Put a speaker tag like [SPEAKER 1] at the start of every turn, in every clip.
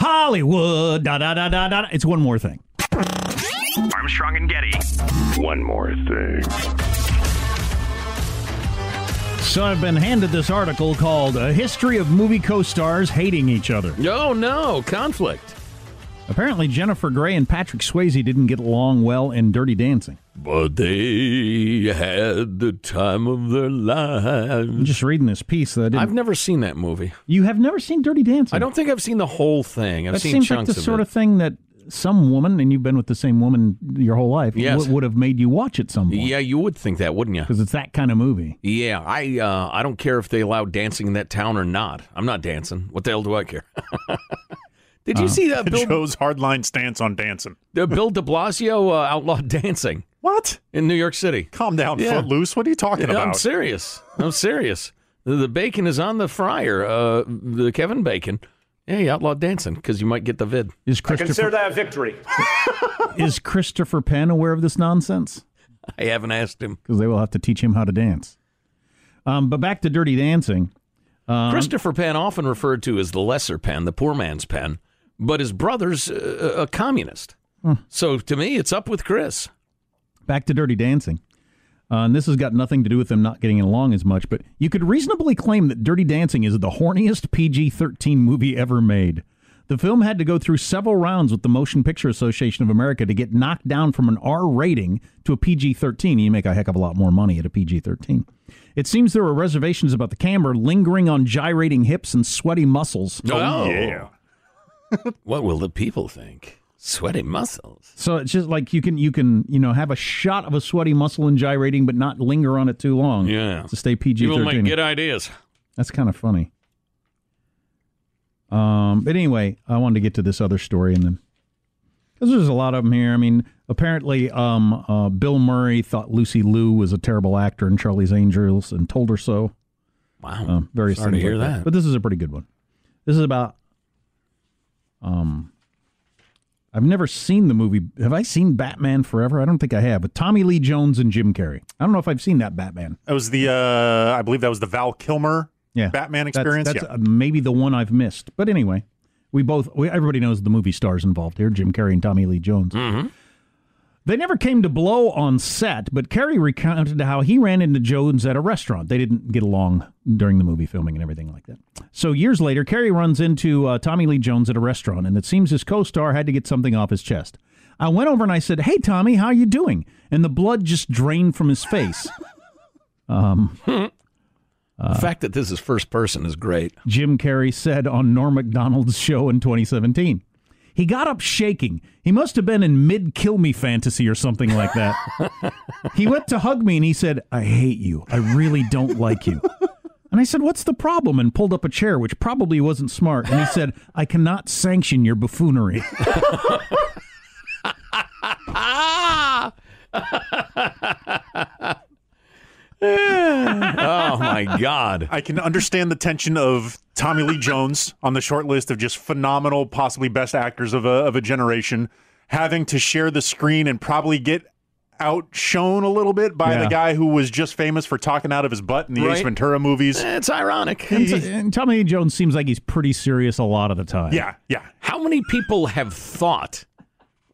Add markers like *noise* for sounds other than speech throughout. [SPEAKER 1] Hollywood. Da da da da da. It's one more thing.
[SPEAKER 2] Armstrong and Getty. One more thing.
[SPEAKER 1] So I've been handed this article called "A History of Movie Co-Stars Hating Each Other."
[SPEAKER 3] Oh, no. Conflict.
[SPEAKER 1] Apparently, Jennifer Grey and Patrick Swayze didn't get along well in Dirty Dancing.
[SPEAKER 3] But they had the time of their
[SPEAKER 1] I'm
[SPEAKER 3] lives.
[SPEAKER 1] just reading this piece that I didn't.
[SPEAKER 3] I've never seen that movie.
[SPEAKER 1] you have never seen Dirty Dancing.
[SPEAKER 3] I don't think I've seen the whole thing. I've
[SPEAKER 1] that
[SPEAKER 3] seen
[SPEAKER 1] seems like
[SPEAKER 3] chunks
[SPEAKER 1] the
[SPEAKER 3] of
[SPEAKER 1] sort
[SPEAKER 3] it.
[SPEAKER 1] of thing that some woman, and you've been with the same woman your whole life,
[SPEAKER 3] Yes.
[SPEAKER 1] would- would have made you watch it some
[SPEAKER 3] Yeah, you would think that, wouldn't you?
[SPEAKER 1] because it's that kind of movie.
[SPEAKER 3] Yeah, I uh, I don't care if they allow dancing in that town or not. I'm not dancing. What the hell do I care? *laughs* Did
[SPEAKER 1] Oh,
[SPEAKER 3] you
[SPEAKER 1] *laughs*
[SPEAKER 3] see that Bill,
[SPEAKER 4] Joe's hardline stance on dancing.
[SPEAKER 3] uh, Bill De Blasio uh, outlawed *laughs* dancing
[SPEAKER 4] What?
[SPEAKER 3] in New York City?
[SPEAKER 4] Calm down,
[SPEAKER 3] Yeah.
[SPEAKER 4] Footloose. What are you talking
[SPEAKER 3] No, I'm
[SPEAKER 4] about?
[SPEAKER 3] serious. I'm serious. The, the bacon is on the fryer. Uh, the Kevin Bacon. Yeah, he outlawed dancing because you might get the vid. *laughs*
[SPEAKER 1] Is Christopher
[SPEAKER 5] that a victory.
[SPEAKER 1] is Christopher Penn aware of this nonsense?
[SPEAKER 3] I haven't asked him.
[SPEAKER 1] Because they will have to teach him how to dance. Um, but back to Dirty Dancing.
[SPEAKER 4] Uh-huh.
[SPEAKER 3] Christopher Penn, often referred to as the lesser Penn, the poor man's Penn, but his brother's uh, a communist.
[SPEAKER 4] Hmm.
[SPEAKER 3] So to me, it's up with Chris.
[SPEAKER 1] back to Dirty Dancing. Uh, and this has got nothing to do with them not getting along as much, but you could reasonably claim that Dirty Dancing is the horniest PG 13 movie ever made. The film had to go through several rounds with the Motion Picture Association of America to get knocked down from an R rating to a PG 13. You make a heck of a lot more money at a PG 13. It seems there were reservations about the camera lingering on gyrating hips and sweaty muscles.
[SPEAKER 3] Oh,
[SPEAKER 4] Yeah.
[SPEAKER 3] *laughs* What will the people think? Sweaty muscles.
[SPEAKER 1] So it's just like you can you can you know have a shot of a sweaty muscle and gyrating, but not linger on it too long.
[SPEAKER 3] Yeah.
[SPEAKER 1] to stay PG
[SPEAKER 3] People might
[SPEAKER 1] thirteen.
[SPEAKER 3] get ideas.
[SPEAKER 1] That's kind of funny. Um, but anyway, I wanted to get to this other story, and then because there's a lot of them here. I mean, apparently, um, uh, Bill Murray thought Lucy Liu was a terrible actor in Charlie's Angels and told her so.
[SPEAKER 3] Wow.
[SPEAKER 4] Oh,
[SPEAKER 1] Um, various
[SPEAKER 3] Sorry to
[SPEAKER 1] things
[SPEAKER 3] hear
[SPEAKER 1] like
[SPEAKER 3] that.
[SPEAKER 1] But this is a pretty good one. This is about. Um, I've never seen the movie. Have I seen Batman Forever? I don't think I have. But Tommy Lee Jones and Jim Carrey. I don't know if I've seen that Batman.
[SPEAKER 4] That was the, uh, I believe that was the Val Kilmer
[SPEAKER 1] yeah,
[SPEAKER 4] Batman
[SPEAKER 1] That's-
[SPEAKER 4] experience.
[SPEAKER 1] That's,
[SPEAKER 4] yeah.
[SPEAKER 1] uh, maybe the one I've missed. But anyway, we both we, everybody knows the movie stars involved here: Jim Carrey and Tommy Lee Jones. They never came to blow on set, but Carrey recounted how he ran into Jones at a restaurant. They didn't get along during the movie filming and everything like that. So years later, Carrey runs into uh, Tommy Lee Jones at a restaurant, and it seems his co-star had to get something off his chest. I went over and I said, "Hey, Tommy, how you doing?" And the blood just drained from his face.
[SPEAKER 4] uh,
[SPEAKER 3] the fact that this is first person is great.
[SPEAKER 1] Jim Carrey said on Norm MacDonald's show in 2017. He got up shaking. He must have been in mid kill me fantasy or something like that. he went to hug me and he said, I hate you. I really don't like you. And I said, What's the problem? And pulled up a chair, which probably wasn't smart. And he said, I cannot sanction your buffoonery. *laughs*
[SPEAKER 3] Ah! oh my God!
[SPEAKER 4] I can understand the tension of Tommy Lee Jones on the short list of just phenomenal, possibly best actors of a, of a generation, having to share the screen and probably get outshone a little bit by
[SPEAKER 1] Yeah.
[SPEAKER 4] the guy who was just famous for talking out of his butt in the Ace
[SPEAKER 3] Right.
[SPEAKER 4] Ventura movies.
[SPEAKER 3] It's ironic.
[SPEAKER 1] and, t- and Tommy Lee Jones seems like he's pretty serious a lot of the time.
[SPEAKER 4] Yeah, yeah.
[SPEAKER 3] How many people have thought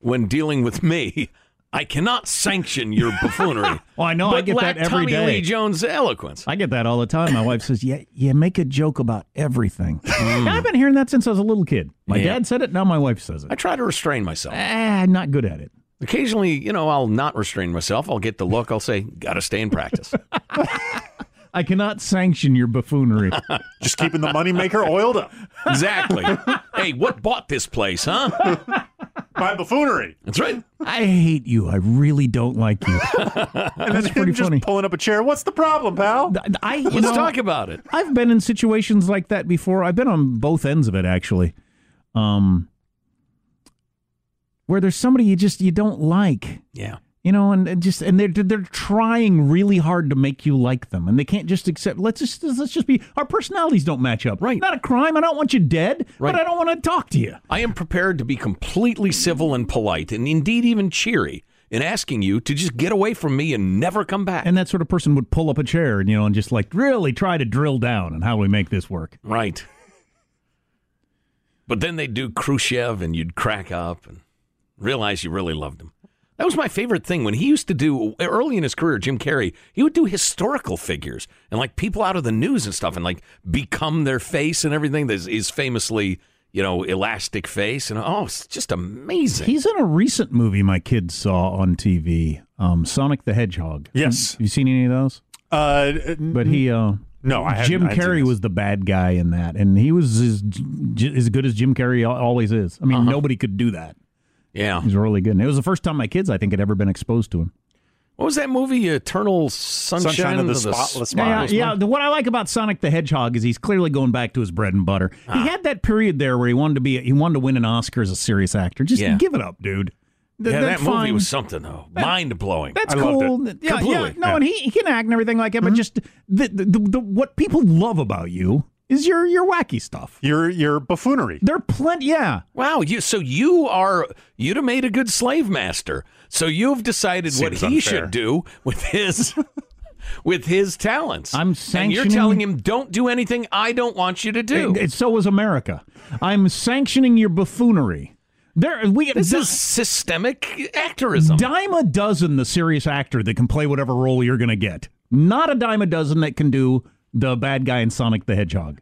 [SPEAKER 3] when dealing with me? I cannot sanction your buffoonery.
[SPEAKER 1] *laughs* Well, I know, I
[SPEAKER 3] but
[SPEAKER 1] get that
[SPEAKER 3] lack
[SPEAKER 1] every
[SPEAKER 3] Tommy
[SPEAKER 1] day.
[SPEAKER 3] Lee Jones' eloquence.
[SPEAKER 1] I get that all the time. My wife says, "Yeah, you make a joke about everything." I've been hearing that since I was a little kid. My
[SPEAKER 3] Yeah.
[SPEAKER 1] dad said it. Now my wife says it.
[SPEAKER 3] I try to restrain myself.
[SPEAKER 1] Ah, I'm not good at it.
[SPEAKER 3] Occasionally, you know, I'll not restrain myself. I'll get the look. I'll say, "Gotta stay in
[SPEAKER 1] *laughs*
[SPEAKER 3] practice."
[SPEAKER 1] I cannot sanction your
[SPEAKER 3] *laughs*
[SPEAKER 1] buffoonery.
[SPEAKER 4] Just keeping
[SPEAKER 1] *laughs*
[SPEAKER 4] the moneymaker oiled up
[SPEAKER 3] exactly. hey, what bought this place, huh?
[SPEAKER 4] by buffoonery.
[SPEAKER 3] That's right.
[SPEAKER 1] I hate you. I really don't like
[SPEAKER 3] *laughs*
[SPEAKER 1] you.
[SPEAKER 4] And then
[SPEAKER 1] pretty
[SPEAKER 4] him just
[SPEAKER 1] funny.
[SPEAKER 4] pulling up a chair. What's the problem, pal?
[SPEAKER 1] I, you
[SPEAKER 3] Let's
[SPEAKER 1] know,
[SPEAKER 3] talk about it.
[SPEAKER 1] I've been in situations like that before. I've been on both ends of it actually. Um where there's somebody you just you don't like.
[SPEAKER 3] Yeah.
[SPEAKER 1] You know, and, and just and they're they're trying really hard to make you like them, and they can't just accept. Let's just let's just be our personalities don't match up.
[SPEAKER 3] Right.
[SPEAKER 1] Not a crime. I don't want you dead,
[SPEAKER 3] Right.
[SPEAKER 1] but I don't want to talk to you.
[SPEAKER 3] I am prepared to be completely civil and polite, and indeed even cheery, in asking you to just get away from me and never come back.
[SPEAKER 1] And that sort of person would pull up a chair and you know and just like really try to drill down on how we make this work.
[SPEAKER 3] right. But then they'd do Khrushchev, and you'd crack up and realize you really loved him. That was my favorite thing when he used to do early in his career. Jim Carrey, he would do historical figures and like people out of the news and stuff, and like become their face and everything. This is famously, you know, elastic face, and oh, it's just amazing.
[SPEAKER 1] He's in a recent movie my kids saw on TV, um, Sonic the Hedgehog.
[SPEAKER 4] Yes.
[SPEAKER 1] Have you seen any of those?
[SPEAKER 4] Uh,
[SPEAKER 1] But he, uh,
[SPEAKER 4] No, I haven't-
[SPEAKER 1] Jim
[SPEAKER 4] I haven't seen
[SPEAKER 1] Carrey
[SPEAKER 4] this.
[SPEAKER 1] was the bad guy in that, and he was as, j- as good as Jim Carrey al- always is. I mean,
[SPEAKER 4] Uh-huh.
[SPEAKER 1] nobody could do that.
[SPEAKER 3] yeah.
[SPEAKER 1] He's really good. And it was the first time my kids, I think, had ever been exposed to him.
[SPEAKER 3] What was that movie? Eternal Sunshine,
[SPEAKER 4] Sunshine of the
[SPEAKER 3] S-
[SPEAKER 4] Spotless
[SPEAKER 1] Yeah,
[SPEAKER 4] Mind.
[SPEAKER 1] yeah. The, what I like about Sonic the Hedgehog is he's clearly going back to his bread and butter.
[SPEAKER 3] Ah.
[SPEAKER 1] He had that period there where he wanted to be, he wanted to win an Oscar as a serious actor. Just
[SPEAKER 3] Yeah.
[SPEAKER 1] give it up, dude. Th-
[SPEAKER 3] Yeah, that
[SPEAKER 1] that's fine.
[SPEAKER 3] movie was something though, mind blowing.
[SPEAKER 1] That's
[SPEAKER 4] I loved
[SPEAKER 1] cool. Yeah, yeah.
[SPEAKER 3] Completely, Mm-hmm.
[SPEAKER 1] No, and he, he can act and everything like that, but just the, the, the, the what people love about you is your your wacky stuff.
[SPEAKER 4] your your buffoonery.
[SPEAKER 1] There are plenty. Yeah,
[SPEAKER 3] Wow, you so you are you'd have made a good slave master. So you've decided what
[SPEAKER 4] Seems
[SPEAKER 3] he
[SPEAKER 4] unfair.
[SPEAKER 3] should do with
[SPEAKER 4] *laughs*
[SPEAKER 3] his with his talents.
[SPEAKER 1] I'm
[SPEAKER 3] and you're
[SPEAKER 1] sanctioning-
[SPEAKER 3] telling him don't do anything I don't want you to do.
[SPEAKER 1] And- and so was America. I'm sanctioning your buffoonery. There, we
[SPEAKER 3] this
[SPEAKER 1] di-
[SPEAKER 3] is systemic actorism.
[SPEAKER 1] dime a dozen the serious actor that can play whatever role you're going to get. Not a dime a dozen that can do the bad guy in Sonic the Hedgehog.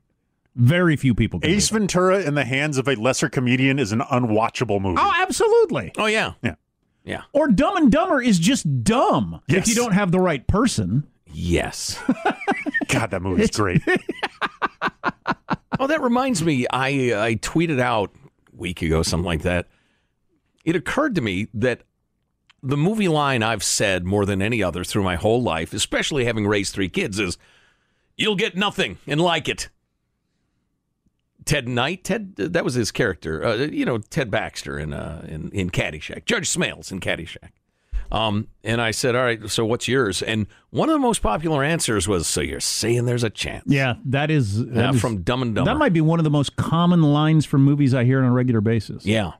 [SPEAKER 1] Very few people. Can do
[SPEAKER 4] Ace
[SPEAKER 1] that.
[SPEAKER 4] Ventura in the hands of a lesser comedian is an unwatchable movie.
[SPEAKER 1] Oh, absolutely.
[SPEAKER 3] oh yeah.
[SPEAKER 4] Yeah.
[SPEAKER 3] Yeah.
[SPEAKER 1] Or Dumb and Dumber is just dumb if
[SPEAKER 4] Yes.
[SPEAKER 1] you don't have the right person.
[SPEAKER 3] Yes.
[SPEAKER 4] God, that movie's great.
[SPEAKER 3] Oh, that reminds me. I I tweeted out a week ago something like that. It occurred to me that the movie line I've said more than any other through my whole life, especially having raised three kids, is "You'll get nothing and like it." Ted Knight, Ted, uh, that was his character. Uh, you know, Ted Baxter in uh, in in Caddyshack, Judge Smales in Caddyshack. Um, and I said, "All right, so what's yours?" And one of the most popular answers was, "So you're saying there's a chance?"
[SPEAKER 1] Yeah, that is, that
[SPEAKER 3] Uh,
[SPEAKER 1] is-
[SPEAKER 3] from Dumb and Dumber.
[SPEAKER 1] That might be one of the most common lines from movies I hear on a regular basis.
[SPEAKER 3] Yeah.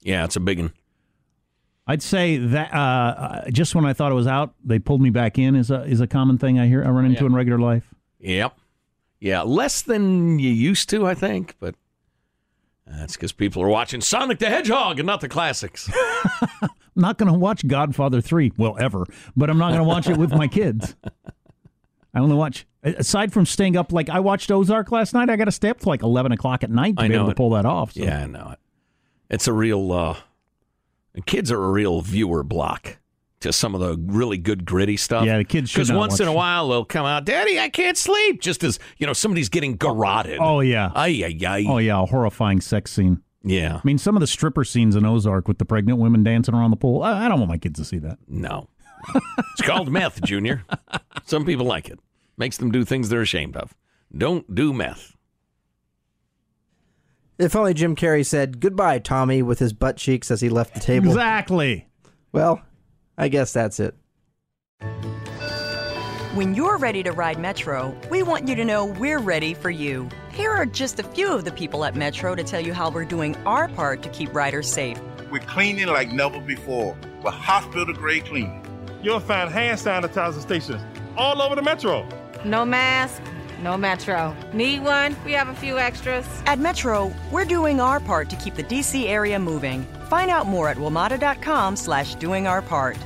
[SPEAKER 3] Yeah, it's a big one.
[SPEAKER 1] I'd say that uh, uh, just when I thought it was out, they pulled me back in is a is a common thing I hear I run into in regular life.
[SPEAKER 3] Yep. Yeah, less than you used to, I think, but that's because people are watching Sonic the Hedgehog and not the classics.
[SPEAKER 1] *laughs* I'm not going to watch Godfather 3, well ever, but I'm not going to watch it with my kids. I only watch aside from staying up like I watched Ozark last night, I got to stay up to like 11 o'clock at night to
[SPEAKER 3] I
[SPEAKER 1] be
[SPEAKER 3] know
[SPEAKER 1] able to
[SPEAKER 3] it.
[SPEAKER 1] pull that off. So.
[SPEAKER 3] yeah, I know it. It's a real, uh, kids are a real viewer block to some of the really good gritty stuff.
[SPEAKER 1] Yeah, the kids should
[SPEAKER 3] Because
[SPEAKER 1] not
[SPEAKER 3] once in a
[SPEAKER 1] watch-
[SPEAKER 3] while they'll come out, Daddy, I can't sleep, just as, you know, somebody's getting garroted.
[SPEAKER 1] Oh yeah.
[SPEAKER 3] Ay, ay, ay.
[SPEAKER 1] Oh yeah, a horrifying sex scene.
[SPEAKER 3] yeah.
[SPEAKER 1] I mean, some of the stripper scenes in Ozark with the pregnant women dancing around the pool. I, I don't want my kids to see that.
[SPEAKER 3] No. it's called meth, Junior. Some people like it. Makes them do things they're ashamed of. Don't do meth.
[SPEAKER 5] If only Jim Carrey said goodbye, Tommy, with his butt cheeks as he *laughs* left the table.
[SPEAKER 1] Exactly.
[SPEAKER 5] Well, I guess that's it.
[SPEAKER 6] When you're ready to ride Metro, we want you to know we're ready for you. Here are just a few of the people at Metro to tell you how we're doing our part to keep riders safe.
[SPEAKER 7] We're cleaning like never before with hospital grade cleaning.
[SPEAKER 8] You'll find hand sanitizer stations all over the metro.
[SPEAKER 9] No mask, no Metro. Need one? We have a few extras.
[SPEAKER 6] At Metro, we're doing our part to keep the DC area moving. Find out more at WMATA.com slash doing our part.